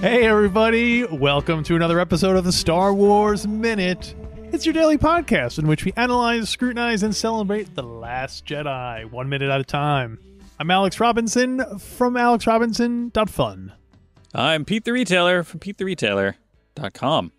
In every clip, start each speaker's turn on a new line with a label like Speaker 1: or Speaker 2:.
Speaker 1: Hey, everybody, welcome to another episode of the Star Wars Minute. It's your daily podcast in which we analyze, scrutinize, and celebrate The Last Jedi one minute at a time. I'm Alex Robinson from alexrobinson.fun.
Speaker 2: I'm Pete the Retailer from PeteTheRetailer.com.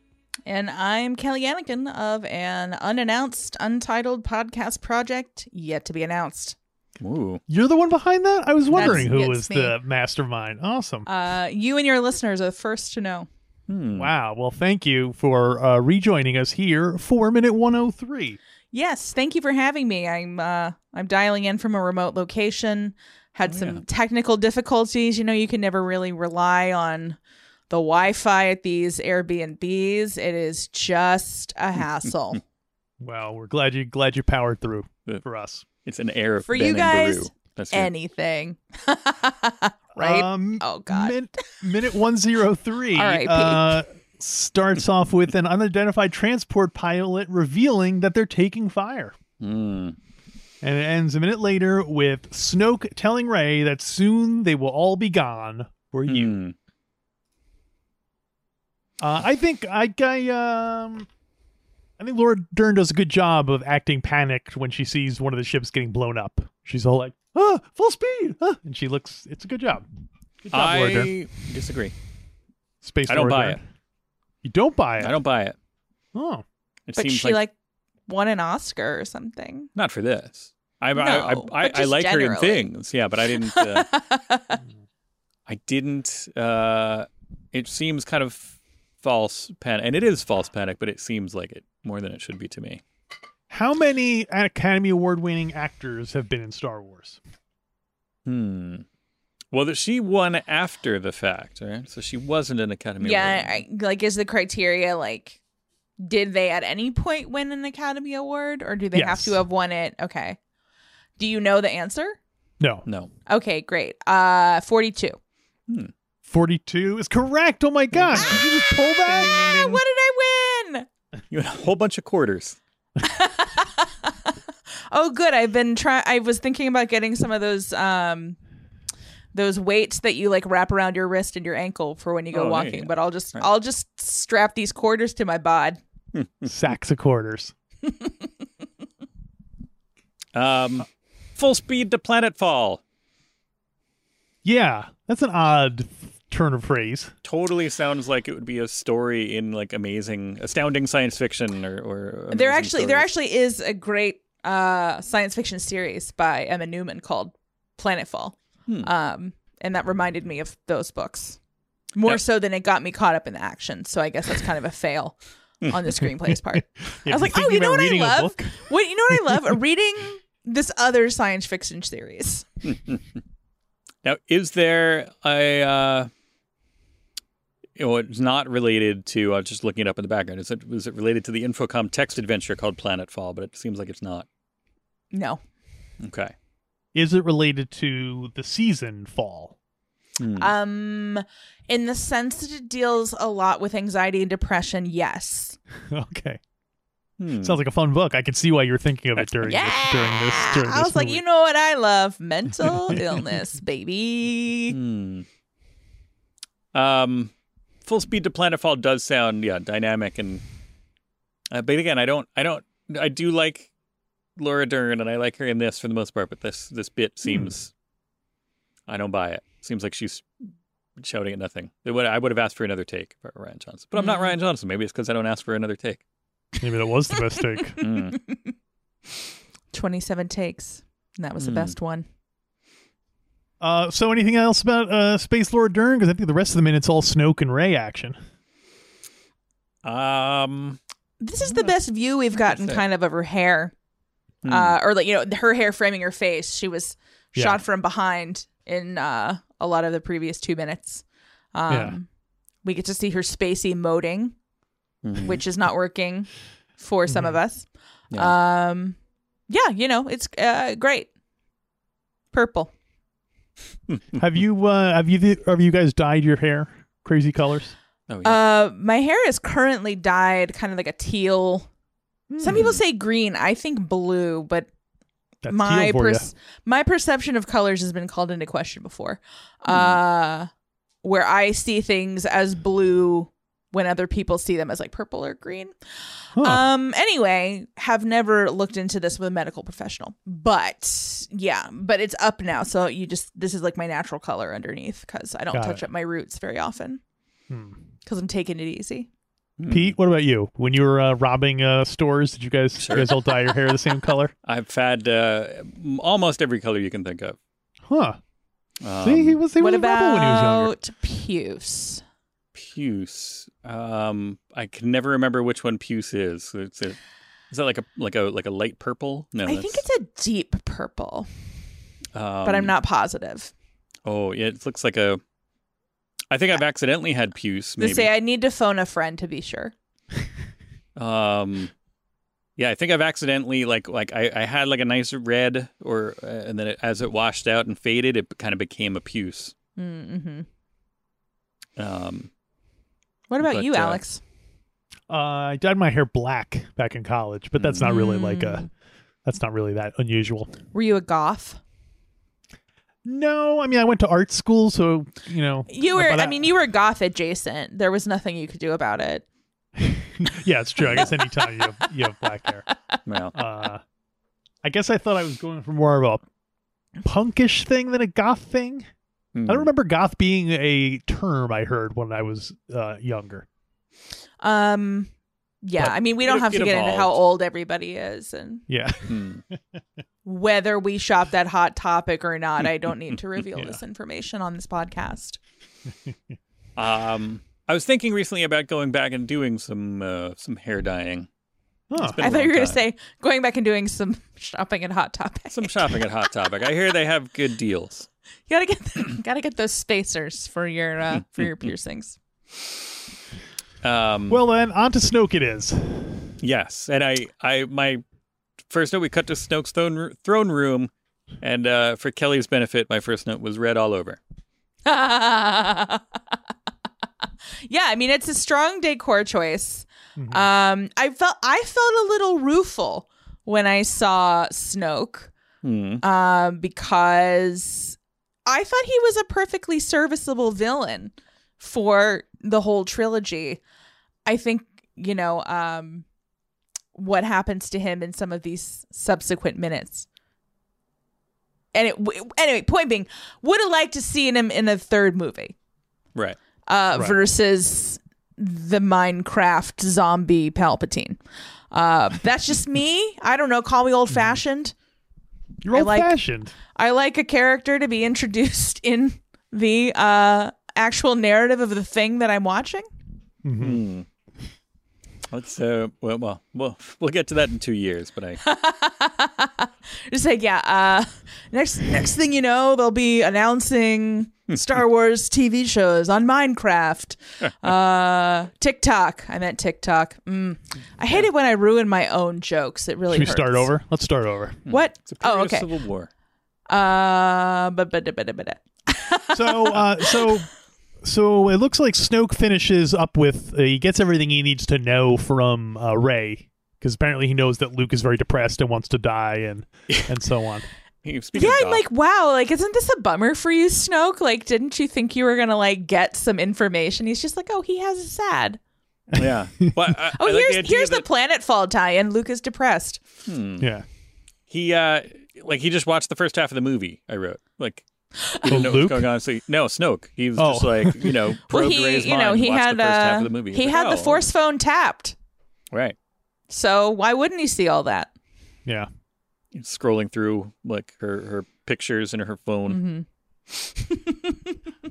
Speaker 3: And I'm Kelly Anakin of an unannounced, untitled podcast project yet to be announced.
Speaker 2: Ooh.
Speaker 1: You're the one behind that? I was wondering
Speaker 3: That's-
Speaker 1: who
Speaker 3: it's
Speaker 1: was
Speaker 3: me.
Speaker 1: the mastermind. Awesome.
Speaker 3: Uh, you and your listeners are the first to know. Hmm.
Speaker 1: wow. Well, thank you for uh, rejoining us here for minute 103.
Speaker 3: Yes, thank you for having me. I'm uh, I'm dialing in from a remote location. Had some technical difficulties. You know, you can never really rely on the Wi-Fi at these Airbnbs. It is just a hassle.
Speaker 1: Well, we're glad you glad you powered through
Speaker 2: Yeah.
Speaker 1: for us.
Speaker 2: It's an air of
Speaker 3: For
Speaker 2: Ben
Speaker 3: you
Speaker 2: and
Speaker 3: guys,
Speaker 2: Baru. That's your-
Speaker 3: Anything, right?
Speaker 1: Um,
Speaker 3: oh God.
Speaker 1: min- minute 103
Speaker 3: R.I.P.
Speaker 1: uh, starts off with an unidentified transport pilot revealing that they're taking fire.
Speaker 2: Mm.
Speaker 1: And it ends a minute later with Snoke telling Rey that soon they will all be gone for you.
Speaker 3: Hmm.
Speaker 2: Mm.
Speaker 1: Uh, I think I, I um I think Laura Dern does a good job of acting panicked when she sees one of the ships getting blown up. She's all like, "Ah, full speed!" ah," and she looks. It's a good job. Good job, Laura Dern.
Speaker 2: I disagree.
Speaker 1: Space.
Speaker 2: I don't
Speaker 1: Laura
Speaker 2: buy
Speaker 1: Dern. You don't buy it.
Speaker 2: I don't buy it.
Speaker 1: Oh,
Speaker 2: It
Speaker 3: but
Speaker 2: seems
Speaker 3: she like won an Oscar or something.
Speaker 2: not for this. I I,
Speaker 3: No,
Speaker 2: I, I,
Speaker 3: but
Speaker 2: I
Speaker 3: just
Speaker 2: like her in
Speaker 3: generally.
Speaker 2: things, yeah, but I didn't. Uh, I didn't. Uh, it seems kind of false panic, and it is false panic, but it seems like it more than it should be to me.
Speaker 1: How many Academy Award winning actors have been in Star Wars?
Speaker 2: Hmm. Well, that she won after the fact, right? So she wasn't an Academy.
Speaker 3: yeah,
Speaker 2: Award.
Speaker 3: I, like is the criteria like did they at any point win an Academy Award or do they have
Speaker 1: Yes.
Speaker 3: to have won it? Okay. Do you know the answer?
Speaker 1: No.
Speaker 2: no.
Speaker 3: Okay, great. Uh 42.
Speaker 1: 42 is correct. Oh my gosh. Did you just pull that?
Speaker 3: Ah, what did I win?
Speaker 2: You had a whole bunch of quarters.
Speaker 3: Oh good. I've been trying I was thinking about getting some of those um those weights that you like wrap around your wrist and your ankle for when you go
Speaker 2: Oh, there you
Speaker 3: walking,
Speaker 2: go.
Speaker 3: but I'll just
Speaker 2: Right.
Speaker 3: I'll just strap these quarters to my bod.
Speaker 1: Sacks of quarters.
Speaker 2: Um, full speed to planetfall.
Speaker 1: Yeah. That's an odd turn of phrase.
Speaker 2: Totally sounds like it would be a story in like amazing, astounding science fiction or. or
Speaker 3: there
Speaker 2: amazing
Speaker 3: actually there
Speaker 2: stories.
Speaker 3: actually is a great uh science fiction series by Emma Newman called Planetfall. Um and that reminded me of those books. More
Speaker 2: Yeah.
Speaker 3: so than it got me caught up in the action. So I guess that's kind of a fail on the screenplays part.
Speaker 1: Yeah,
Speaker 3: I
Speaker 1: if
Speaker 3: was like,
Speaker 1: you're
Speaker 3: "Oh, you
Speaker 1: thinking
Speaker 3: know
Speaker 1: about reading a
Speaker 3: what I love?
Speaker 1: book-
Speaker 3: What you know what I love? Reading this other science fiction series.
Speaker 2: Now, is there a? Uh, you know, it's not related to. I was just looking it up in the background. Is it was it related to the Infocom text adventure called Planetfall? But it seems like it's not.
Speaker 3: No.
Speaker 2: Okay.
Speaker 1: Is it related to the season fall?
Speaker 2: Hmm.
Speaker 3: Um in the sense that it deals a lot with anxiety and depression, yes.
Speaker 1: okay.
Speaker 2: Hmm.
Speaker 1: Sounds like a fun book. I could see why you were thinking of it during, this, during this. During
Speaker 3: I
Speaker 1: this
Speaker 3: was like,
Speaker 1: movie.
Speaker 3: you know what I love? Mental illness, baby.
Speaker 2: Hmm. Um, full speed to planetfall does sound yeah dynamic and uh, but again i don't i don't i do like laura dern and i like her in this for the most part but this this
Speaker 1: Hmm.
Speaker 2: bit seems i don't buy it seems like she's shouting at nothing it would, i would have asked for another take for ryan johnson but i'm
Speaker 1: Hmm.
Speaker 2: not ryan johnson maybe it's because i don't ask for another take
Speaker 1: Maybe that was the best take.
Speaker 2: Mm.
Speaker 3: 27 takes. And that was the
Speaker 1: Hmm.
Speaker 2: Mm.
Speaker 3: best one.
Speaker 1: Uh, so, anything else about uh, Space Lord Dern? Because I think the rest of the minute's all Snoke and Ray action.
Speaker 2: um
Speaker 3: This is the best view we've gotten
Speaker 2: That's it.
Speaker 3: kind of of her hair.
Speaker 2: hmm.
Speaker 3: Uh, or like, you know, her hair framing her face. She was
Speaker 1: Yeah.
Speaker 3: shot from behind in uh, a lot of the previous two minutes. Um,
Speaker 1: Yeah.
Speaker 3: We get to see her spacey emoting,
Speaker 1: Hmm.
Speaker 2: Mhm.
Speaker 3: which is not working for
Speaker 1: Mm-hmm.
Speaker 3: some of us.
Speaker 2: Yeah.
Speaker 3: Um, yeah, you know, it's uh, great. Purple.
Speaker 1: have you? Uh, have you? Have you guys dyed your hair crazy colors?
Speaker 2: oh, yeah.
Speaker 3: Uh, my hair is currently dyed kind of like a teal. Some people say green. I think blue, but
Speaker 1: Hmm. That's
Speaker 3: my
Speaker 1: teal for ya.
Speaker 3: pers- my perception of colors has been called into question before.
Speaker 1: Hmm.
Speaker 3: Uh, where I see things as blue when other people see them as like purple or green.
Speaker 1: Huh.
Speaker 3: Um. Anyway, have never looked into this with a medical professional, but yeah, but it's up now. So you just this is like my natural color underneath because I don't
Speaker 1: Got it.
Speaker 3: touch up my roots very often
Speaker 1: Hmm.
Speaker 3: because I'm taking it easy.
Speaker 2: Hmm.
Speaker 1: Pete, what about you? When you were uh, robbing uh, stores, did you guys you guys all dye your hair the same color?
Speaker 2: I've had uh, m- almost every color you can think of.
Speaker 1: Huh?
Speaker 2: Um,
Speaker 1: See, he was he
Speaker 3: what
Speaker 1: was a rebel when he was younger.
Speaker 3: about Puce?
Speaker 2: Puce. Um, I can never remember which one Puce is. It's a, is that like a like a like a light purple? No,
Speaker 3: I think it's a deep purple,
Speaker 2: um,
Speaker 3: but I'm not positive.
Speaker 2: Oh, yeah, it looks like a. I think I've accidentally had Puce.
Speaker 3: They
Speaker 2: Maybe.
Speaker 3: say I need to phone a friend to be sure.
Speaker 2: um, yeah, I think I've accidentally like like I, I had like a nice red or uh, and then it, as it washed out and faded, it kind of became a Puce.
Speaker 3: Mm-hmm.
Speaker 2: Um,
Speaker 3: What about
Speaker 2: But,
Speaker 3: you,
Speaker 2: uh,
Speaker 3: Alex?
Speaker 1: Uh, I dyed my hair black back in college, but that's not really like
Speaker 3: Mm.
Speaker 1: a that's not really that unusual.
Speaker 3: Were you a goth?
Speaker 1: No, I mean I went to art school, so you know
Speaker 3: You were.
Speaker 1: but
Speaker 3: I mean, you were goth adjacent. There was nothing you could do about it.
Speaker 1: yeah, it's true. I guess anytime you have, you have black hair.
Speaker 2: well,
Speaker 1: Uh, I guess I thought I was going for more of a punkish thing than a goth thing.
Speaker 2: hmm,
Speaker 1: I don't remember goth being a term I heard when I was uh, younger.
Speaker 3: Um. Yeah.
Speaker 2: But
Speaker 3: I mean, we
Speaker 2: it-
Speaker 3: don't have
Speaker 2: it
Speaker 3: to get into how
Speaker 2: evolved.
Speaker 3: old everybody is and
Speaker 1: Yeah,
Speaker 2: Hmm.
Speaker 3: whether we shop that hot topic or not. I don't need to reveal
Speaker 1: Yeah.
Speaker 3: this information on this podcast.
Speaker 2: Um, I was thinking recently about going back and doing some uh, some hair dyeing,
Speaker 1: huh.
Speaker 2: been-
Speaker 3: I
Speaker 2: a
Speaker 3: thought
Speaker 2: long
Speaker 3: you were going to
Speaker 2: time.
Speaker 3: say going back and doing some shopping at Hot Topic.
Speaker 2: some shopping at Hot Topic. I hear they have good deals.
Speaker 3: You gotta get gotta get those spacers for your uh, for your piercings.
Speaker 2: Um,
Speaker 1: well then, on to Snoke it is.
Speaker 2: yes, and I, I my first note we cut to Snoke's throne, ro- throne room, and uh, for Kelly's benefit, my first note was red all over.
Speaker 3: yeah, I mean it's a strong decor choice. Um, I felt I felt a little rueful when I saw Snoke
Speaker 2: Hmm.
Speaker 3: uh, because I thought he was a perfectly serviceable villain for the whole trilogy. I think, you know, um, what happens to him in some of these subsequent minutes. And it, w- anyway, point being, would have liked to see him in a third movie
Speaker 2: Right.
Speaker 3: uh,
Speaker 1: Right.
Speaker 3: versus the Minecraft zombie Palpatine. Uh, that's just me. I don't know. Call me old fashioned.
Speaker 1: You're
Speaker 3: I
Speaker 1: old
Speaker 3: like-
Speaker 1: fashioned.
Speaker 3: I like a character to be introduced in the uh, actual narrative of the thing that I'm watching.
Speaker 2: Let's uh, well, well, well, we'll get to that in two years. But I,
Speaker 3: Just like, yeah, uh, next next thing you know, they'll be announcing
Speaker 2: Hmm.
Speaker 3: Star Wars TV shows on Minecraft, uh, TikTok. I meant TikTok. Mm. I hate it when I ruin my own jokes. It really
Speaker 1: Should we
Speaker 3: hurts.
Speaker 1: start over? Let's start over.
Speaker 3: What?
Speaker 2: Hmm. it's a period
Speaker 3: Oh,
Speaker 2: of
Speaker 3: okay.
Speaker 2: civil war.
Speaker 3: Uh, but but but but.
Speaker 1: so uh, so so it looks like Snoke finishes up with uh, he gets everything he needs to know from uh, Ray because apparently he knows that Luke is very depressed and wants to die and and so on.
Speaker 2: Hey, speaking
Speaker 3: Yeah,
Speaker 2: of
Speaker 3: I'm
Speaker 2: Goff,
Speaker 3: like, wow, like, isn't this a bummer for you, Snoke? Like, didn't you think you were gonna like get some information? He's just like, oh, he has a sad.
Speaker 2: yeah. Well, I,
Speaker 3: Oh,
Speaker 2: I like
Speaker 3: here's
Speaker 2: the idea
Speaker 3: here's the
Speaker 2: that
Speaker 3: planet fall tie, and Luke is depressed.
Speaker 1: Yeah.
Speaker 2: he uh, like he just watched the first half of the movie. I wrote like. He didn't
Speaker 1: Oh,
Speaker 2: know what was
Speaker 1: Luke?
Speaker 2: going on. So he, no, Snoke. He was
Speaker 1: Oh.
Speaker 2: just like you know,
Speaker 3: Well,
Speaker 2: probed
Speaker 3: he,
Speaker 2: Ray's
Speaker 3: you know,
Speaker 2: mind,
Speaker 3: he
Speaker 2: watched
Speaker 3: had
Speaker 2: the first half
Speaker 3: uh,
Speaker 2: of the movie. He's
Speaker 3: he
Speaker 2: like,
Speaker 3: had the
Speaker 2: oh,
Speaker 3: force phone tapped,
Speaker 2: right.
Speaker 3: so why wouldn't he see all that?
Speaker 1: Yeah.
Speaker 2: Scrolling through like her her pictures and her phone.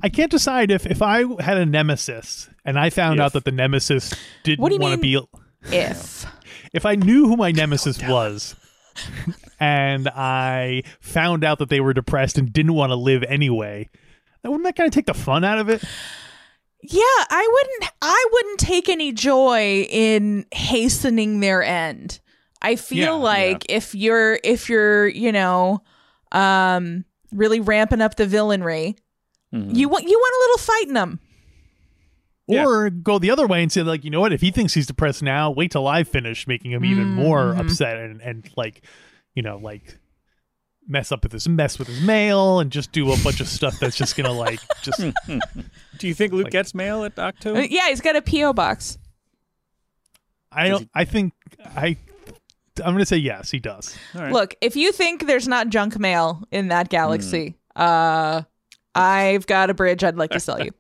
Speaker 1: I can't decide if if I had a nemesis and I found out that the nemesis didn't
Speaker 3: What do you
Speaker 1: want
Speaker 3: mean?
Speaker 1: to be
Speaker 3: If
Speaker 1: if I knew who my nemesis was and I found out that they were depressed and didn't want to live anyway, then wouldn't that kind of take the fun out of it?
Speaker 3: yeah, I wouldn't. I wouldn't take any joy in hastening their end. I feel
Speaker 1: Yeah,
Speaker 3: like if you're if you're you know, um, really ramping up the villainry,
Speaker 2: Mm-hmm.
Speaker 3: you want you want a little fight in them.
Speaker 1: Or go the other way and say, like, you know what? If he thinks he's depressed now, wait till I finish making him even more
Speaker 3: Mm-hmm.
Speaker 1: upset and, and like, you know, like mess up with his mess with his mail and just do a bunch of stuff that's just gonna like just
Speaker 2: Do you think Luke gets mail at Octo?
Speaker 3: Uh, Yeah, he's got a PO box.
Speaker 1: I don't I think I I'm gonna say yes, he does.
Speaker 2: Right.
Speaker 3: Look, if you think there's not junk mail in that galaxy,
Speaker 2: Mm.
Speaker 3: uh, I've got a bridge I'd like to sell you.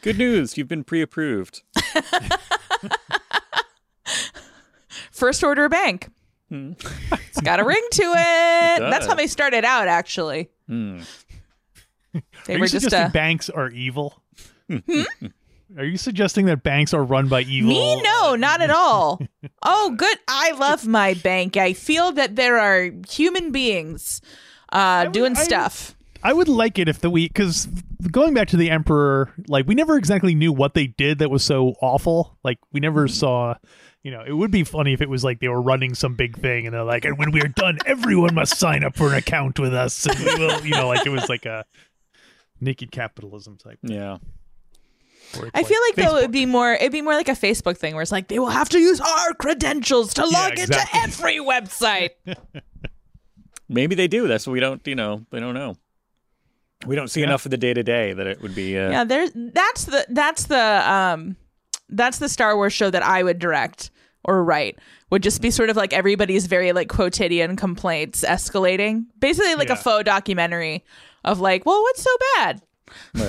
Speaker 2: Good news, you've been pre-approved.
Speaker 3: First order bank.
Speaker 1: Hmm.
Speaker 3: it's got a ring to it.
Speaker 2: does.
Speaker 3: That's how they started out, actually. They
Speaker 1: Hmm. Are
Speaker 3: were
Speaker 1: you
Speaker 3: just
Speaker 1: suggesting
Speaker 3: a. Hmm.
Speaker 1: banks are evil? Are you suggesting that banks are run by evil?
Speaker 3: Me? No, not at all. Oh, good. I love my bank. I feel that there are human beings uh, doing
Speaker 1: I-
Speaker 3: stuff.
Speaker 1: I would like it if the we because going back to the emperor, like we never exactly knew what they did that was so awful. Like we
Speaker 3: Hmm.
Speaker 1: never saw, you know, it would be funny if it was like they were running some big thing and they're like, and when we're done, everyone must sign up for an account with us, and we will, you know, like it was like a naked capitalism type.
Speaker 2: Yeah.
Speaker 1: where it's
Speaker 3: I feel like
Speaker 1: Facebook.
Speaker 3: that would be more. It'd be more like a Facebook thing where it's like they will have to use our credentials to log
Speaker 1: exactly.
Speaker 3: into every website.
Speaker 2: Maybe they do. That's what we don't, you know, they don't know. We don't see enough of the day to day that it would be uh,
Speaker 3: yeah, there's that's the that's the um that's the Star Wars show that I would direct or write would just be sort of like everybody's very like quotidian complaints escalating, basically like a
Speaker 1: Yeah.
Speaker 3: faux documentary of like, well, what's so bad?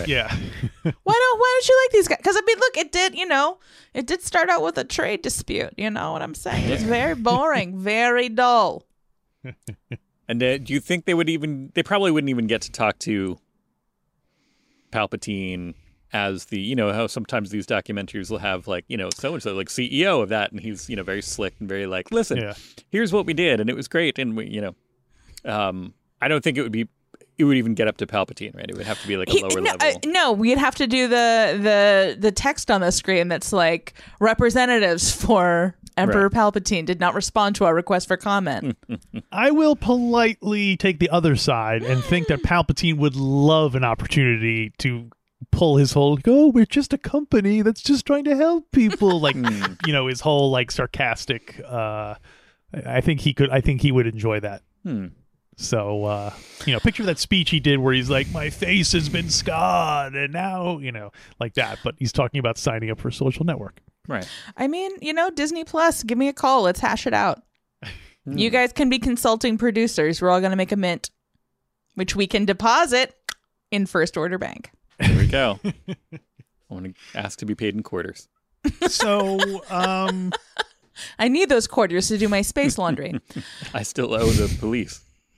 Speaker 1: yeah,
Speaker 3: Why don't why don't you like these guys? Because I mean, look, it did you know it did start out with a trade dispute. You know what I'm saying? It's very boring, very dull.
Speaker 2: And uh, do you think they would even? They probably wouldn't even get to talk to Palpatine as the you know how sometimes these documentaries will have like you know so and so like CEO of that, and he's you know very slick and very like, listen,
Speaker 1: Yeah.
Speaker 2: here's what we did, and it was great, and we you know, um, I don't think it would be. It would even get up to Palpatine, right? It would have to be like a
Speaker 3: He-
Speaker 2: lower
Speaker 3: no,
Speaker 2: level.
Speaker 3: uh, no, we'd have to do the the the text on the screen that's like representatives for Emperor Palpatine did not respond to our request for
Speaker 1: Hmm.
Speaker 3: comment.
Speaker 1: I will politely take the other side and think that Palpatine would love an opportunity to pull his whole "Oh, we're just a company that's just trying to help people," like you know, his whole like sarcastic. Uh, I I think he could. I think he would enjoy that. So uh, you know, picture that speech he did where he's like, "My face has been scarred, and now you know, like that." But he's talking about signing up for a social network.
Speaker 2: right.
Speaker 3: I mean, you know, Disney Plus, give me a call. Let's hash it out.
Speaker 1: Hmm.
Speaker 3: You guys can be consulting producers. We're all going to make a mint, which we can deposit in First Order Bank.
Speaker 2: There we go. I want to ask to be paid in quarters.
Speaker 1: So um,
Speaker 3: I need those quarters to do my space laundry.
Speaker 2: I still owe the police.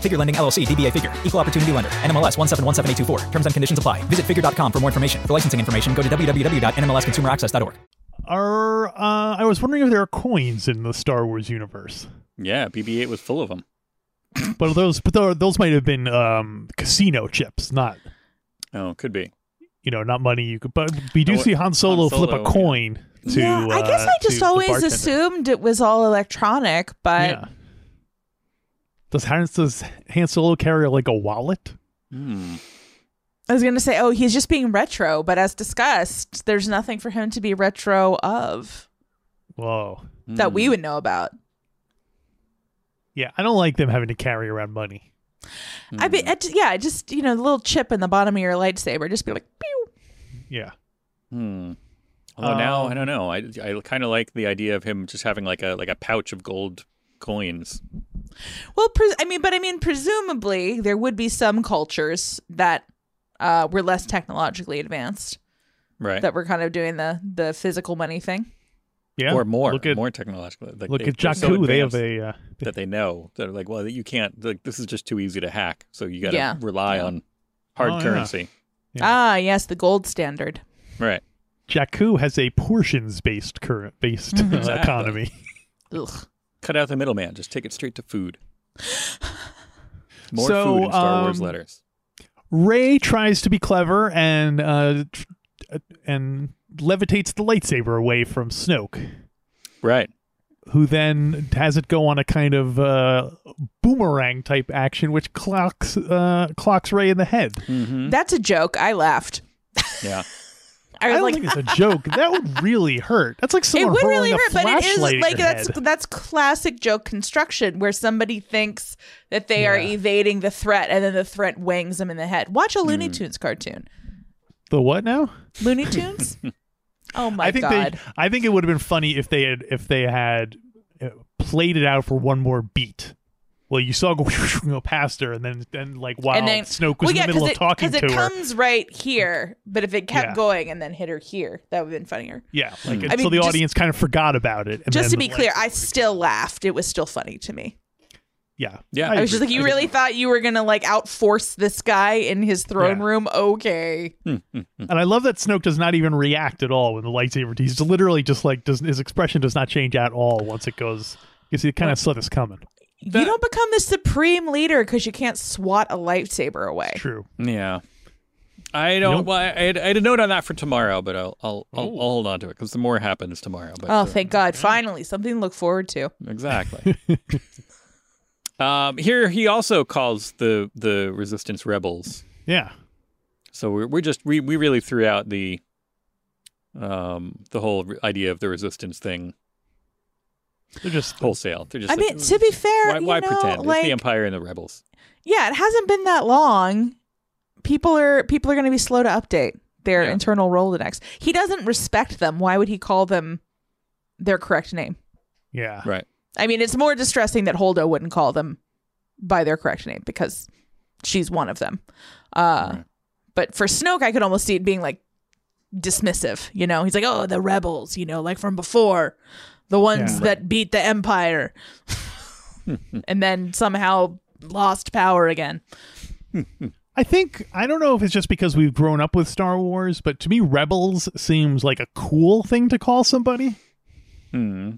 Speaker 4: Figure Lending LLC, DBA Figure, Equal Opportunity Lender, NMLS 1717824. Terms and conditions apply. Visit figure.com for more information. For licensing information, go to www.nmlsconsumeraccess.org.
Speaker 1: Are uh, I was wondering if there are coins in the Star Wars universe,
Speaker 2: Yeah, BB-8 was full of them.
Speaker 1: but those but tho- those might have been um, casino chips, not
Speaker 2: Oh, could be.
Speaker 1: you know not money you could. But we do
Speaker 2: Oh,
Speaker 1: see Han Solo,
Speaker 2: Han
Speaker 1: flip
Speaker 2: Solo,
Speaker 1: a
Speaker 2: yeah.
Speaker 1: coin to.
Speaker 3: yeah, I guess
Speaker 1: uh,
Speaker 3: I
Speaker 1: to
Speaker 3: just
Speaker 1: the
Speaker 3: always
Speaker 1: bartender.
Speaker 3: assumed it was all electronic, but
Speaker 1: yeah. Does Han, does Han Solo carry like a wallet?
Speaker 2: Hmm.
Speaker 3: I was going to say, oh, he's just being retro. But as discussed, there's nothing for him to be retro of
Speaker 1: Whoa.
Speaker 3: that
Speaker 1: Hmm.
Speaker 3: we would know about.
Speaker 1: Yeah, I don't like them having to carry around money.
Speaker 3: I be,
Speaker 1: Hmm.
Speaker 3: I ju- yeah, just you know, the little chip in the bottom of your lightsaber, just be like, pew.
Speaker 1: Yeah.
Speaker 2: Hmm. Although now
Speaker 1: Um,
Speaker 2: I don't know. I, I kind of like the idea of him just having like a like a pouch of gold coins.
Speaker 3: Well, pres- I mean, but I mean, presumably there would be some cultures that uh, were less technologically advanced
Speaker 2: Right.
Speaker 3: that were kind of doing the the physical money thing.
Speaker 1: Yeah.
Speaker 2: or more
Speaker 1: Look at
Speaker 2: more technological. Like
Speaker 1: look
Speaker 2: they-
Speaker 1: at
Speaker 2: they're
Speaker 1: Jakku.
Speaker 2: so
Speaker 1: they have
Speaker 2: advanced
Speaker 1: a uh,
Speaker 2: that they know that are like well you can't like this is just too easy to hack. So you got to
Speaker 3: Yeah.
Speaker 2: rely on hard
Speaker 1: Oh, yeah.
Speaker 2: currency.
Speaker 1: Yeah.
Speaker 3: Ah, yes, the gold standard.
Speaker 2: Right.
Speaker 1: Jakku has a portions based current based uh,
Speaker 2: Exactly.
Speaker 1: economy.
Speaker 3: Ugh.
Speaker 2: Cut out the middleman. Just take it straight to food. More
Speaker 1: So,
Speaker 2: food in Star Wars
Speaker 1: um,
Speaker 2: letters.
Speaker 1: Ray tries to be clever and uh, tr- uh, and levitates the lightsaber away from Snoke,
Speaker 2: Right.
Speaker 1: who then has it go on a kind of uh, boomerang type action, which clocks uh, clocks Ray in the head. Hmm.
Speaker 3: That's a joke. I laughed.
Speaker 2: Yeah.
Speaker 3: I
Speaker 1: I
Speaker 3: was
Speaker 1: don't
Speaker 3: like,
Speaker 1: think it's a joke. That would really hurt. That's like
Speaker 3: it
Speaker 1: someone
Speaker 3: would
Speaker 1: hurling
Speaker 3: really
Speaker 1: a
Speaker 3: hurt, but it is
Speaker 1: flashlight at
Speaker 3: like
Speaker 1: your
Speaker 3: that's
Speaker 1: head.
Speaker 3: that's classic joke construction where somebody thinks that they are evading the threat and then the threat wangs them in the head. Watch a
Speaker 1: Mm.
Speaker 3: Looney Tunes cartoon.
Speaker 1: the what now?
Speaker 3: Looney Tunes. oh my
Speaker 1: I think
Speaker 3: god.
Speaker 1: they. I think it would have been funny if they had if they had uh, played it out for one more beat. Well, you saw go, go past her, and then then like while
Speaker 3: and then
Speaker 1: Snoke was
Speaker 3: well,
Speaker 1: in
Speaker 3: yeah,
Speaker 1: the middle
Speaker 3: 'cause
Speaker 1: of
Speaker 3: it,
Speaker 1: talking
Speaker 3: 'cause
Speaker 1: to
Speaker 3: it
Speaker 1: her,
Speaker 3: comes right here. But if it kept
Speaker 1: Yeah.
Speaker 3: going and then hit her here, that would have been funnier.
Speaker 1: yeah, like
Speaker 3: I
Speaker 1: until
Speaker 3: mean,
Speaker 1: the
Speaker 3: just-
Speaker 1: audience kind of forgot about it. and then
Speaker 3: Just to
Speaker 1: the
Speaker 3: be clear,
Speaker 1: lights-
Speaker 3: I still laughed. It was still funny to me.
Speaker 1: yeah,
Speaker 2: Yeah.
Speaker 3: I was just
Speaker 1: agree.
Speaker 3: like, you really thought you were gonna like outforce this guy in his throne
Speaker 1: Yeah.
Speaker 3: room? Okay.
Speaker 1: and I love that Snoke does not even react at all when the lightsaber. He's literally just like does his expression does not change at all once it goes. You see, it kind of saw this coming.
Speaker 3: you don't become the supreme leader because you can't swat a lightsaber away.
Speaker 1: True.
Speaker 2: Yeah. I don't.
Speaker 1: Nope.
Speaker 2: Well, I, I, had, I had a note on that for tomorrow, but I'll I'll, I'll, I'll hold on to it because the more happens tomorrow. But
Speaker 3: Oh, thank God. Finally, something to look forward to.
Speaker 2: Exactly. um, here he also calls the the resistance rebels.
Speaker 1: Yeah.
Speaker 2: So we're we're just we we really threw out the um the whole re- idea of the resistance thing
Speaker 1: They're just
Speaker 2: wholesale. They're just
Speaker 3: I
Speaker 2: like,
Speaker 3: mean, to be fair,
Speaker 2: why,
Speaker 3: you
Speaker 2: why
Speaker 3: know,
Speaker 2: pretend?
Speaker 3: like-
Speaker 2: it's the empire and the rebels.
Speaker 3: Yeah, it hasn't been that long. People are people are going to be slow to update their
Speaker 2: Yeah.
Speaker 3: internal Rolodex. He doesn't respect them. Why would he call them their correct name?
Speaker 1: yeah.
Speaker 2: Right.
Speaker 3: I mean, it's more distressing that Holdo wouldn't call them by their correct name because she's one of them. Uh,
Speaker 2: Right.
Speaker 3: But for Snoke, I could almost see it being like dismissive. You know, he's like, "Oh, the rebels," you know, like from before, the ones
Speaker 1: Yeah.
Speaker 3: that beat the Empire, and then somehow lost power again.
Speaker 1: I think I don't know if it's just because we've grown up with Star Wars, but to me, Rebels seems like a cool thing to call somebody.
Speaker 2: Hmm.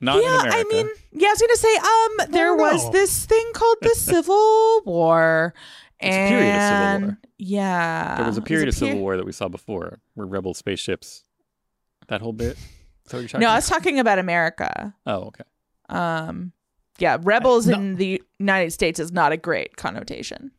Speaker 2: Not
Speaker 3: yeah,
Speaker 2: in America.
Speaker 3: I mean, yeah, I was gonna say, um, there
Speaker 1: don't
Speaker 3: was
Speaker 1: know.
Speaker 3: this thing called the Civil War,
Speaker 2: It's a
Speaker 3: and
Speaker 2: period of Civil War.
Speaker 3: yeah,
Speaker 2: there was a
Speaker 3: It
Speaker 2: period of
Speaker 3: Um, peri-
Speaker 2: civil war that we saw before, where rebel spaceships. That whole bit. Is that what you're talking
Speaker 3: No, I
Speaker 2: about?
Speaker 3: was talking about America.
Speaker 2: Oh, okay.
Speaker 3: um yeah rebels
Speaker 1: No.
Speaker 3: in the united states is not a great connotation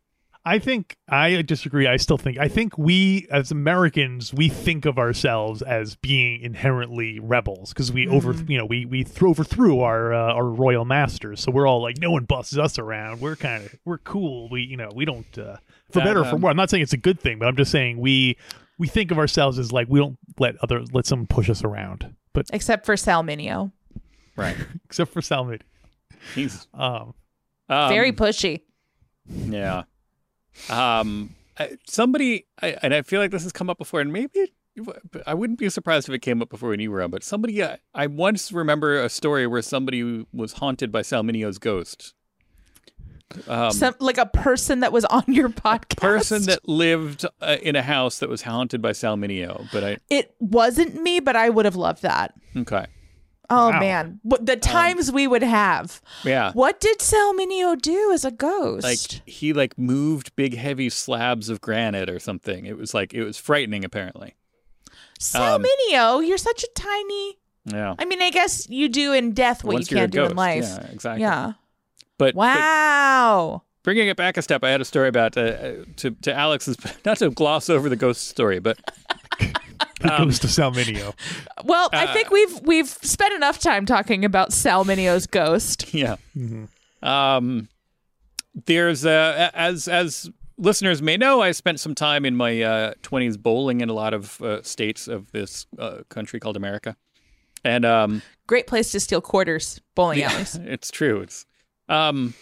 Speaker 1: I think I disagree. I still think I think we as Americans we think of ourselves as being inherently rebels because we over
Speaker 2: Mm-hmm.
Speaker 1: you know we we throw overthrew our uh, our royal masters. So we're all like no one busses us around. We're kind of we're cool. We you know we don't uh, for
Speaker 2: That,
Speaker 1: better or for
Speaker 2: um,
Speaker 1: worse. I'm not saying it's a good thing, but I'm just saying we we think of ourselves as like we don't let other let someone push us around. But
Speaker 3: except for salminio
Speaker 2: Right.
Speaker 1: except for Salmid,
Speaker 2: He's
Speaker 1: um,
Speaker 2: um,
Speaker 3: very pushy
Speaker 2: Yeah. Um, I, somebody, I, and I feel like this has come up before, and maybe it, I wouldn't be surprised if it came up before when you were on. But somebody, I, I once remember a story where somebody was haunted by Salminio's ghost, Um,
Speaker 3: Some, like a person that was on your podcast.
Speaker 2: person that lived uh, in a house that was haunted by Salminio, but I
Speaker 3: it wasn't me, but I would have loved that.
Speaker 2: okay,
Speaker 3: Oh
Speaker 1: Wow.
Speaker 3: man, what the times we would have.
Speaker 2: Um, yeah,
Speaker 3: What did Salminio do as a ghost?
Speaker 2: like he like moved big heavy slabs of granite or something. It was like it was frightening. Apparently, um,
Speaker 3: Salminio, you're such a tiny.
Speaker 2: yeah.
Speaker 3: I mean, I guess you do in death what
Speaker 2: Once
Speaker 3: you
Speaker 2: you're a
Speaker 3: can't do in
Speaker 2: ghost,
Speaker 3: life.
Speaker 2: yeah, exactly.
Speaker 3: Yeah.
Speaker 2: But, but
Speaker 3: Wow.
Speaker 2: bringing it back a step, I had a story about uh, uh, to to Alex's not to gloss over the ghost story, but
Speaker 1: Who goes to
Speaker 3: um,
Speaker 1: Salminio?
Speaker 3: Well,
Speaker 2: Uh,
Speaker 3: I think we've we've spent enough time talking about Salminio's ghost.
Speaker 2: yeah. Um, there's uh, a- as as listeners may know, I spent some time in my uh, twenties bowling in a lot of uh, states of this uh, country called America, and um,
Speaker 3: Great place to steal quarters, bowling
Speaker 2: yeah,
Speaker 3: alleys.
Speaker 2: it's true. It's um,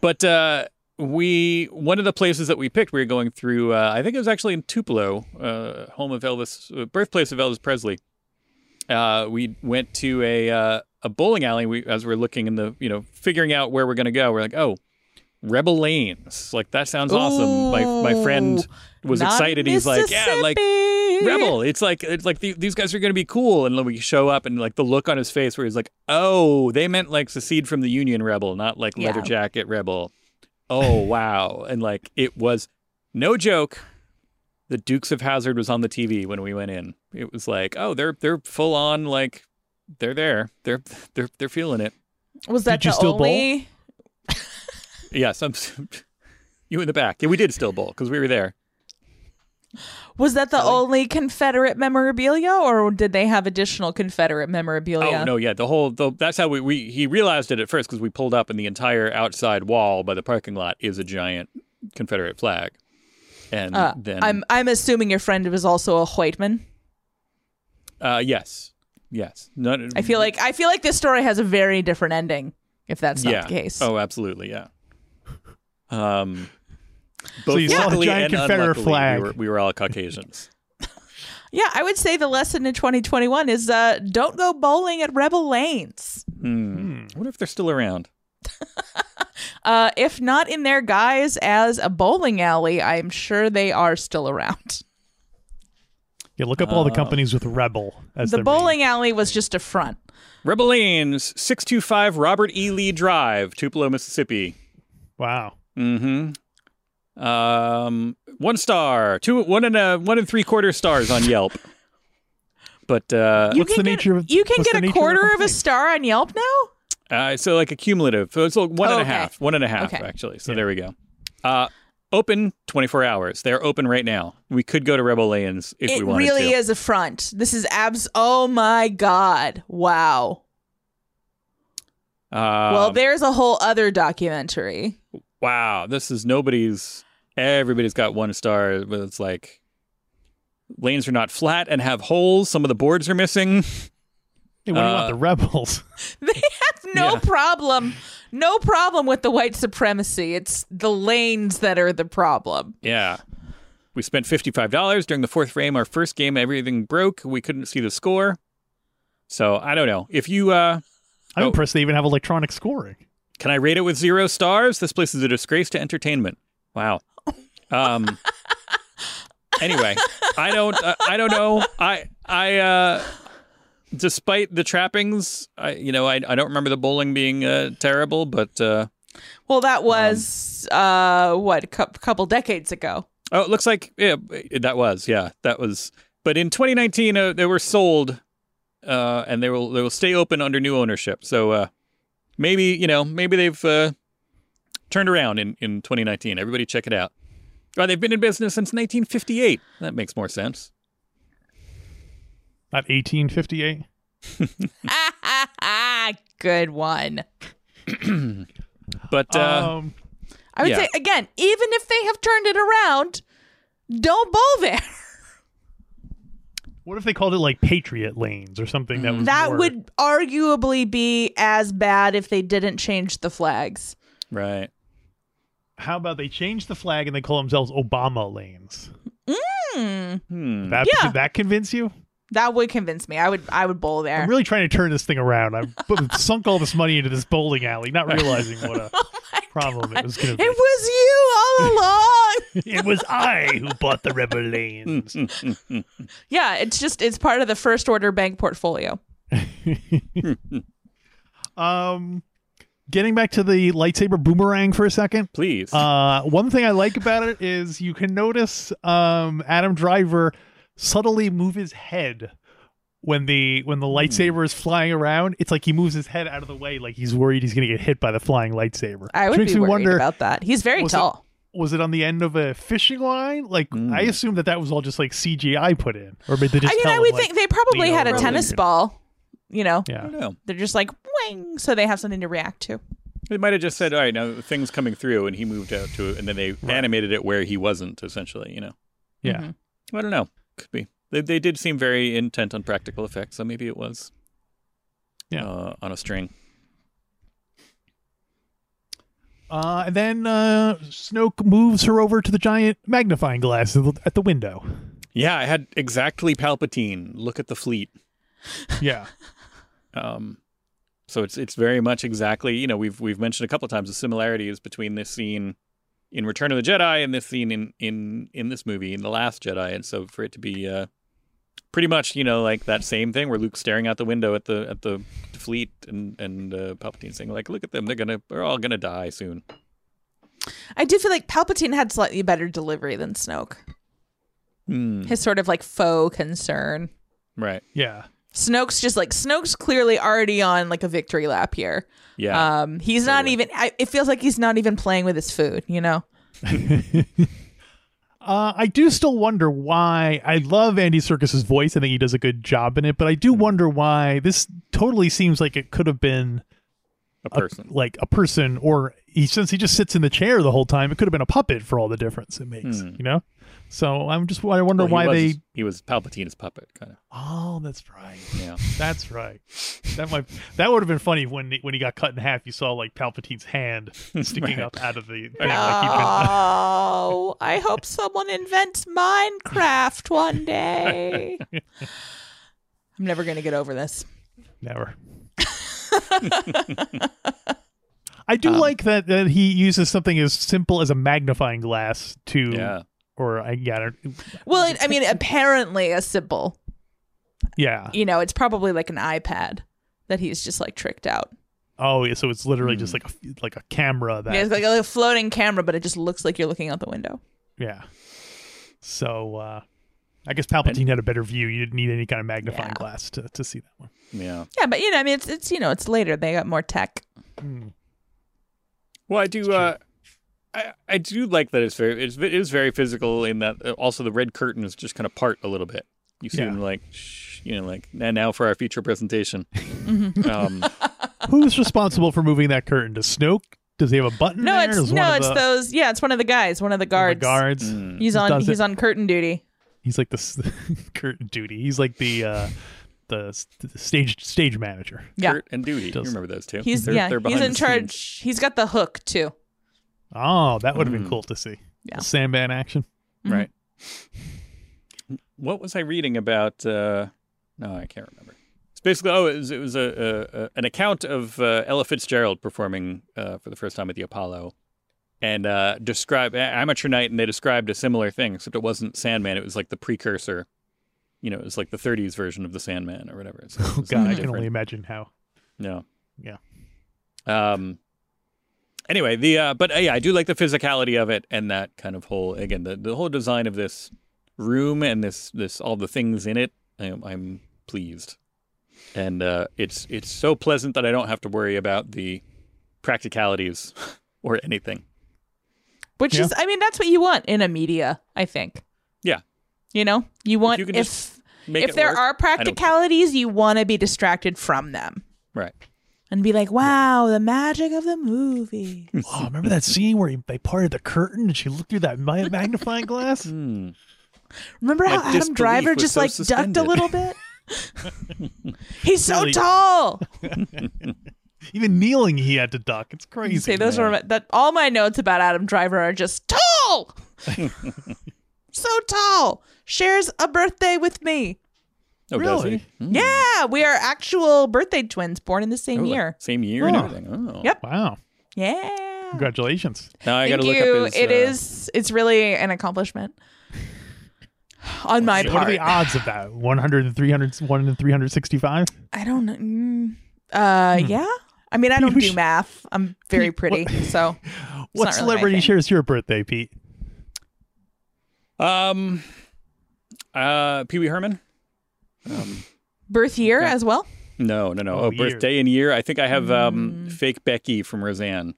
Speaker 2: but uh, we one of the places that we picked, we were going through. Uh, I think it was actually in Tupelo, uh, home of Elvis, uh, birthplace of Elvis Presley. Uh, we went to a uh, a bowling alley. We as we're looking in the you know figuring out where we're gonna go, we're like, oh. Rebel Lanes, like that sounds awesome. My my friend was
Speaker 3: Not
Speaker 2: excited. He's like, yeah, like
Speaker 3: Mississippi.
Speaker 2: rebel. It's like it's like the, these guys are going to be cool, and then we show up, and like the look on his face where he's like, "Oh, they meant like secede from the Union, rebel, not like
Speaker 3: Yeah.
Speaker 2: leather jacket rebel." Oh wow! and like it was no joke. The Dukes of Hazard was on the TV when we went in. It was like, oh, they're they're full on like they're there. They're they're they're feeling it.
Speaker 3: Was that
Speaker 1: Did you
Speaker 3: the
Speaker 1: still bowl?
Speaker 3: only?
Speaker 2: Yes, I'm. You in the back. Yeah, we did still bowl because we were there.
Speaker 3: Was that the only Confederate memorabilia, or did they have additional Confederate
Speaker 2: Oh
Speaker 3: memorabilia?
Speaker 2: no, yeah, the whole the, that's how we, we he realized it at first because we pulled up and the entire outside wall by the parking lot is a giant Confederate flag, and
Speaker 3: Uh,
Speaker 2: then
Speaker 3: I'm I'm assuming your friend was also a white man.
Speaker 2: uh, yes, yes, None,
Speaker 3: I feel like I feel like this story has a very different ending. If that's not
Speaker 2: yeah,
Speaker 3: the case,
Speaker 2: oh absolutely, yeah. Um,
Speaker 1: So you
Speaker 2: both
Speaker 1: saw the
Speaker 2: luckily
Speaker 1: giant
Speaker 2: and
Speaker 1: Confederate
Speaker 2: unluckily,
Speaker 1: flag.
Speaker 2: We were, we were all Caucasians.
Speaker 3: yeah, I would say the lesson in 2021 is uh, don't go bowling at Rebel Lanes.
Speaker 2: Hmm. I wonder if they're still around.
Speaker 3: Uh, if not in their guise as a bowling alley, I'm sure they are still around.
Speaker 1: Yeah, look up all the companies with rebel as
Speaker 3: uh, The
Speaker 1: their
Speaker 3: bowling alley was just a front.
Speaker 2: Rebel Lanes, six two five Robert E. Lee Drive, Tupelo, Mississippi.
Speaker 1: Main. Wow.
Speaker 2: Mm-hmm. Um, one star, two, one and a one and three quarter stars on Yelp. but uh,
Speaker 1: What's
Speaker 3: can
Speaker 1: the
Speaker 3: get-
Speaker 1: nature of-
Speaker 3: you can
Speaker 1: what's the
Speaker 3: get a
Speaker 1: nature of the
Speaker 3: quarter of a
Speaker 1: complaint?
Speaker 3: star on Yelp now.
Speaker 2: uh, so like a cumulative, so it's like one and a
Speaker 3: Oh, Okay.
Speaker 2: half, one and a half
Speaker 3: Okay.
Speaker 2: actually. So there we go. Uh, open twenty four hours. They're open right now. We could go to Rebel Lanes if we
Speaker 3: it
Speaker 2: wanted
Speaker 3: really
Speaker 2: to.
Speaker 3: is a front. This is abs. Oh my god! Wow.
Speaker 2: Um,
Speaker 3: well, there's a whole other documentary.
Speaker 2: wow, this is nobody's. Everybody's got one star, but it's like lanes are not flat and have holes. Some of the boards are missing.
Speaker 1: Hey, what do you
Speaker 2: Uh,
Speaker 1: want? The rebels.
Speaker 3: They have no
Speaker 2: Yeah.
Speaker 3: problem, no problem with the white supremacy. It's the lanes that are the problem.
Speaker 2: Yeah. We spent $55 during the fourth frame. Our first game, everything broke. We couldn't see the score. So I don't know. If you, uh,
Speaker 1: I'm
Speaker 2: oh.
Speaker 1: impressed they even have electronic scoring.
Speaker 2: can I rate it with zero stars? This place is a disgrace to entertainment. Wow. Um, anyway, I don't, uh, I don't know. I, I, uh, despite the trappings, I, you know, I, I don't remember the bowling being, uh, terrible, but, uh,
Speaker 3: Well,
Speaker 1: Um,
Speaker 3: that was uh, what a cou- couple decades ago.
Speaker 2: Oh, it looks like yeah, that was yeah, that was. But in 2019, uh, they were sold, uh, and they will they will stay open under new ownership. So uh, maybe you know maybe they've uh, turned around in in 2019. Everybody check it out. Well, they've been in business since 1958. That makes more sense.
Speaker 1: Not 1858.
Speaker 3: Good one.
Speaker 2: But uh,
Speaker 1: um,
Speaker 3: I would
Speaker 2: Yeah.
Speaker 3: say again, even if they have turned it around, don't bowl there.
Speaker 1: what if they called it like Patriot Lanes or something? That was
Speaker 3: Mm. That
Speaker 1: more-
Speaker 3: would arguably be as bad if they didn't change the flags.
Speaker 2: right,
Speaker 1: How about they change the flag and they call themselves Obama Lanes?
Speaker 3: Hmm.
Speaker 2: hmm.
Speaker 1: That
Speaker 3: Yeah.
Speaker 1: did that convince you?
Speaker 3: That would convince me. I would I would bowl there.
Speaker 1: I'm really trying to turn this thing around. I've bu- sunk all this money into this bowling alley, not realizing what a problem it was going
Speaker 3: Oh It
Speaker 1: to be.
Speaker 3: was you all along.
Speaker 1: it was I who bought the
Speaker 3: Hmm.
Speaker 1: rebel lanes.
Speaker 3: yeah, it's just it's part of the first order bank portfolio.
Speaker 1: um, getting back to the lightsaber boomerang for a second.
Speaker 2: Please.
Speaker 1: Uh, one thing I like about it is you can notice um, Adam Driver subtly move his head when the when the lightsaber is flying around. It's like he moves his head out of the way, like he's worried he's going to get hit by the flying lightsaber.
Speaker 3: I
Speaker 1: Which
Speaker 3: would
Speaker 1: makes
Speaker 3: be
Speaker 1: me
Speaker 3: worried
Speaker 1: wonder
Speaker 3: about that. He's very
Speaker 1: was it-
Speaker 3: tall.
Speaker 1: was it on the end of a fishing line? Like I assume that that was all just like CGI put in, or did they just?
Speaker 3: I mean,
Speaker 1: tell
Speaker 3: I
Speaker 1: him,
Speaker 3: would
Speaker 1: like,
Speaker 3: think they probably
Speaker 1: lean
Speaker 3: had a
Speaker 1: over and
Speaker 3: tennis
Speaker 1: lean?
Speaker 3: ball. You know,
Speaker 1: Yeah.
Speaker 2: I don't know.
Speaker 3: they're just like wing, so they have something to react to.
Speaker 2: They might have just said, "All right, now the thing's coming through," and he moved out to it, and then they animated it where he wasn't. Essentially, you know.
Speaker 1: Yeah.
Speaker 2: I don't know. Could be. They, they did seem very intent on practical effects, so maybe it was.
Speaker 1: Yeah.
Speaker 2: Uh, on a string.
Speaker 1: Uh, and then uh, Snoke moves her over to the giant magnifying glass at the- at the window.
Speaker 2: Yeah, I had exactly Palpatine. Look at the fleet.
Speaker 1: Yeah.
Speaker 2: Um, so it's it's very much exactly you know we've we've mentioned a couple of times the similarities between this scene in Return of the Jedi and this scene in in in this movie in the Last Jedi, and so for it to be uh, pretty much you know like that same thing where Luke's staring out the window at the at the fleet and and uh, Palpatine saying like look at them they're gonna they're all gonna die soon.
Speaker 3: I do feel like Palpatine had slightly better delivery than Snoke.
Speaker 2: Hmm.
Speaker 3: His sort of like faux concern.
Speaker 2: Right.
Speaker 1: Yeah.
Speaker 3: Snoke's just like Snoke's clearly already on like a victory lap here.
Speaker 2: Yeah.
Speaker 3: Um, he's not even. I, it feels like he's not even playing with his food. You know.
Speaker 1: Uh, I do still wonder why. I love Andy Circus's voice. I think he does a good job in it, but I
Speaker 2: Hmm.
Speaker 1: do wonder why this totally seems like it could have been
Speaker 2: a person.
Speaker 1: like a person, or he, since he just sits in the chair the whole time, it could have been a puppet for all the difference it makes.
Speaker 2: Hmm.
Speaker 1: You know. So I'm just I wonder
Speaker 2: Well, he
Speaker 1: why
Speaker 2: was-
Speaker 1: they.
Speaker 2: he was Palpatine's puppet kind of.
Speaker 1: Oh, that's right.
Speaker 2: Yeah.
Speaker 1: That's right. That might that would have been funny when when he got cut in half. You saw like Palpatine's hand sticking
Speaker 2: Right.
Speaker 1: up out of the. thing, like he'd been-
Speaker 3: Ah. Oh, I hope someone invents Minecraft one day. I'm never gonna get over this.
Speaker 1: Never. I
Speaker 3: Um,
Speaker 1: do like that that he uses something as simple as a magnifying glass to,
Speaker 2: Yeah.
Speaker 1: or I yeah, I don't-
Speaker 3: Well, it, I mean, apparently a symbol.
Speaker 1: yeah.
Speaker 3: You know, it's probably like an iPad that he's just like tricked out.
Speaker 1: Oh, yeah. So it's literally
Speaker 2: Hmm.
Speaker 1: just like a like a camera that
Speaker 3: Yeah, it's like a floating camera, but it just looks like you're looking out the window.
Speaker 1: yeah. So uh, I guess Palpatine had a better view. You didn't need any kind of magnifying
Speaker 3: Yeah.
Speaker 1: glass to to see that one.
Speaker 2: Yeah.
Speaker 3: Yeah, but you know, I mean, it's it's you know, it's later. They got more tech.
Speaker 2: Well, I do. Uh, I I do like that it's very it's, it is very physical in that uh, also the red curtain is just kind of part a little bit. You see
Speaker 1: Yeah.
Speaker 2: them like shh, you know like now now for our future presentation. um,
Speaker 1: Who's responsible for moving that curtain? Does Snoke? Does he have a button?
Speaker 3: No,
Speaker 1: there?
Speaker 3: it's
Speaker 1: Does Mm, one
Speaker 3: no,
Speaker 1: of
Speaker 3: it's
Speaker 1: the,
Speaker 3: those. Yeah, it's one of the guys, one of the
Speaker 1: one
Speaker 3: guards.
Speaker 1: of the guards.
Speaker 2: Mm.
Speaker 3: He's on.
Speaker 1: Does
Speaker 3: He's
Speaker 1: it-
Speaker 3: on curtain duty.
Speaker 1: He's like the s- curtain duty. He's like the uh, the, s- the stage stage manager.
Speaker 3: Yeah,
Speaker 2: Kurt and Duty. You
Speaker 1: Does-
Speaker 2: remember those two?
Speaker 3: he's
Speaker 2: They're-
Speaker 3: yeah.
Speaker 2: they're
Speaker 3: he's
Speaker 2: behind
Speaker 3: in
Speaker 2: the
Speaker 3: charge.
Speaker 2: scenes.
Speaker 3: He's got the hook too.
Speaker 1: Oh, that would have been
Speaker 2: Mm.
Speaker 1: cool to see.
Speaker 3: Yeah.
Speaker 1: Sandman action.
Speaker 2: right? What was I reading about? Uh, no, I can't remember. It's basically oh, it was, it was a, a, a an account of uh, Ella Fitzgerald performing uh, for the first time at the Apollo, and uh, describe a- amateur night, and they described a similar thing, except it wasn't Sandman. It was like the precursor. You know, it was like the '30s version of the Sandman or whatever. So it
Speaker 1: Oh
Speaker 2: was
Speaker 1: God, I
Speaker 2: different.
Speaker 1: can only imagine how.
Speaker 2: No.
Speaker 1: Yeah.
Speaker 2: Um. Anyway, the uh, but uh, yeah, I do like the physicality of it and that kind of whole again the the whole design of this room and this this all the things in it. I'm, I'm pleased, and uh, it's it's so pleasant that I don't have to worry about the practicalities or anything.
Speaker 3: Which
Speaker 1: Yeah.
Speaker 3: is, I mean, that's what you want in a media. I think.
Speaker 2: Yeah.
Speaker 3: You know, you want
Speaker 2: you
Speaker 3: if
Speaker 2: can
Speaker 3: if,
Speaker 2: just Make it
Speaker 3: there
Speaker 2: work,
Speaker 3: are
Speaker 2: I don't care.
Speaker 3: practicalities, you want to be distracted from them
Speaker 2: right?
Speaker 3: and be like, "Wow, the magic of the movie."
Speaker 1: Oh, remember that scene where he, they parted the curtain and she looked through that ma- magnifying glass?
Speaker 2: Hmm.
Speaker 3: Remember how
Speaker 2: My
Speaker 3: Adam
Speaker 2: disbelief
Speaker 3: Driver
Speaker 2: was
Speaker 3: just
Speaker 2: so
Speaker 3: like ducked a
Speaker 2: suspended.
Speaker 3: little bit? He's so
Speaker 1: Really-
Speaker 3: tall.
Speaker 1: Even kneeling, he had to duck. It's
Speaker 3: You
Speaker 1: crazy.
Speaker 3: say those are that all my notes about Adam Driver are just tall. so tall. Shares a birthday with me.
Speaker 2: Oh, does he?
Speaker 1: Really?
Speaker 2: Hmm.
Speaker 3: Yeah, we are actual birthday twins born in the same
Speaker 2: Oh, like
Speaker 3: year.
Speaker 2: same year and
Speaker 1: Oh.
Speaker 2: everything. Oh,
Speaker 3: Yep.
Speaker 1: Wow.
Speaker 3: Yeah.
Speaker 1: Congratulations.
Speaker 2: Now I got
Speaker 3: Thank
Speaker 2: to look
Speaker 3: you.
Speaker 2: up his.
Speaker 3: It
Speaker 2: uh,
Speaker 3: is. It's really an accomplishment on my
Speaker 1: What
Speaker 3: part.
Speaker 1: are the odds of that? 100 and 300, 1 in 365?
Speaker 3: I don't. know. Mm, uh,
Speaker 2: Hmm.
Speaker 3: yeah. I mean, I don't do math. I'm very pretty,
Speaker 1: What
Speaker 3: so not really my
Speaker 1: celebrity
Speaker 3: thing.
Speaker 1: shares your birthday, Pete?
Speaker 2: Um, uh, Pee Wee Herman.
Speaker 3: birth year as well.
Speaker 2: No, no, no.
Speaker 1: Oh,
Speaker 2: Oh,
Speaker 1: year.
Speaker 2: birthday and year. I think I have um,
Speaker 3: Mm.
Speaker 2: fake Becky from Roseanne.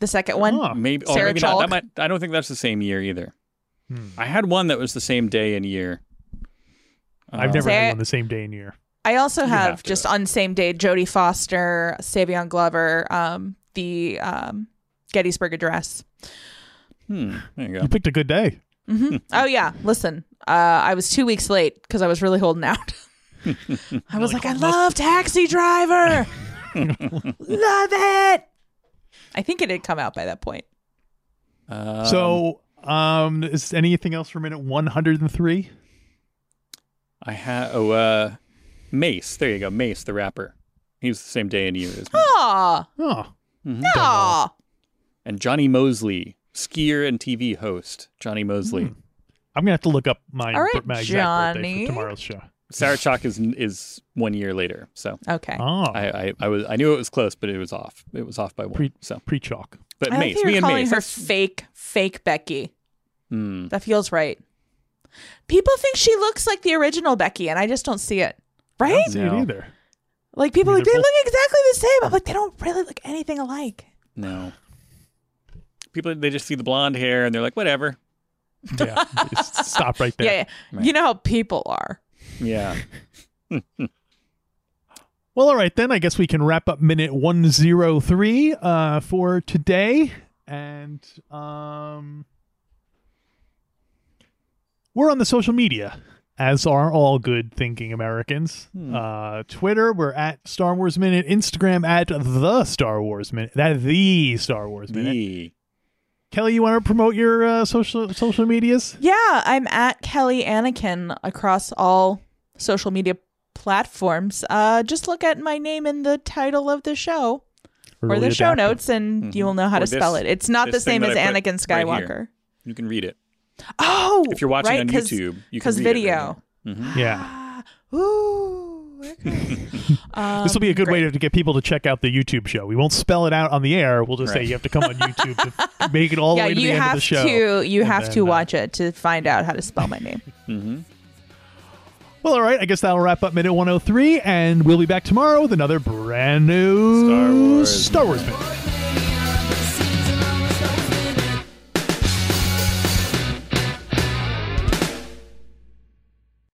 Speaker 3: The second one.
Speaker 1: Oh.
Speaker 2: Maybe. Oh,
Speaker 3: Sarah
Speaker 2: maybe not.
Speaker 3: Chalk.
Speaker 2: That might, I don't think that's the same year either.
Speaker 1: Hmm.
Speaker 2: I had one that was the same day and year.
Speaker 1: I've never had
Speaker 3: Say-
Speaker 1: one the same day and year.
Speaker 3: I also have,
Speaker 2: have to.
Speaker 3: just on same day Jodie Foster, Savion Glover, um, the um, Gettysburg Address.
Speaker 2: Hmm. There you
Speaker 1: You
Speaker 2: go.
Speaker 1: picked a good day.
Speaker 3: Oh yeah, listen, uh, I was two weeks late because I was really holding out. I was like,
Speaker 2: oh,
Speaker 3: I love Taxi Driver, love it. I think it had come out by that point.
Speaker 2: Um,
Speaker 1: so, um, is anything else for minute 103?
Speaker 2: I had oh uh, Mace. There you go. Mace, the rapper. He was the same day and year as me.
Speaker 3: Aw,
Speaker 1: Oh,
Speaker 3: aw,
Speaker 2: and Johnny Mosley, skier and TV host. Johnny Mosley.
Speaker 1: Hmm. I'm going to have to look up my,
Speaker 3: All right,
Speaker 1: bir- my exact birthday
Speaker 3: Johnny.
Speaker 1: for tomorrow's show.
Speaker 2: Sarah Chalk is is one year later. So
Speaker 3: okay.
Speaker 1: Oh,
Speaker 2: I, I I was I knew it was close, but it was off. It was off by one.
Speaker 1: Pre-
Speaker 2: so,
Speaker 1: pre chalk.
Speaker 2: but
Speaker 3: I like
Speaker 2: Mace,
Speaker 3: that
Speaker 2: me
Speaker 3: you're
Speaker 2: and
Speaker 3: calling
Speaker 2: Mace.
Speaker 3: her
Speaker 2: that's-
Speaker 3: fake, fake Becky.
Speaker 2: Hmm.
Speaker 3: That feels right. People think she looks like the original Becky, and I just don't see it. Right?
Speaker 1: See
Speaker 2: No.
Speaker 1: it either.
Speaker 3: Like people are like
Speaker 1: Neither
Speaker 3: they
Speaker 1: both-
Speaker 3: look exactly the same. I'm like they don't really look anything alike.
Speaker 2: No. People they just see the blonde hair and they're like, whatever.
Speaker 1: Yeah. just Stop right there.
Speaker 3: Yeah, yeah. you know how people are.
Speaker 2: Yeah.
Speaker 1: Well, all right, then. I guess we can wrap up minute 103 uh, for today. And um, we're on the social media, as are all good thinking Americans.
Speaker 2: Hmm.
Speaker 1: Uh, Twitter, we're at Star Wars Minute. Instagram, at The Star Wars Minute. That The Star Wars Minute.
Speaker 2: The-
Speaker 1: Kelly, you want to promote your uh, social social medias?
Speaker 3: Yeah, I'm at Kelly Anakin across all social media platforms. Uh, just look at my name in the title of the show or the
Speaker 1: Really
Speaker 3: show
Speaker 1: adaptive.
Speaker 3: notes, and you will know how
Speaker 2: Mm-hmm. Or
Speaker 3: to
Speaker 2: this-
Speaker 3: spell it. It's not the
Speaker 2: this thing
Speaker 3: same as
Speaker 2: that I put
Speaker 3: Anakin
Speaker 2: right
Speaker 3: Skywalker.
Speaker 2: here. You can read it.
Speaker 3: oh,
Speaker 2: If you're watching
Speaker 3: right,
Speaker 2: on
Speaker 3: 'cause-
Speaker 2: YouTube, you can
Speaker 3: 'cause
Speaker 2: read it right
Speaker 3: video. Ah,
Speaker 1: Yeah.
Speaker 3: Ooh, okay. um,
Speaker 1: This will be a good
Speaker 3: great.
Speaker 1: way to, to get people to check out the YouTube show. We won't spell it out on the air. We'll just say
Speaker 2: Right.
Speaker 1: you have to come on YouTube to make it all the
Speaker 3: yeah,
Speaker 1: way to
Speaker 3: you
Speaker 1: the end of the
Speaker 3: have
Speaker 1: show.
Speaker 3: to you
Speaker 1: And
Speaker 3: have
Speaker 1: then,
Speaker 3: to
Speaker 1: uh,
Speaker 3: watch it to find out how to spell my name.
Speaker 1: Well, all right. I guess that'll wrap up oh minute 103, and we'll be back tomorrow with another brand new
Speaker 2: Star Wars.
Speaker 1: Star Wars minute.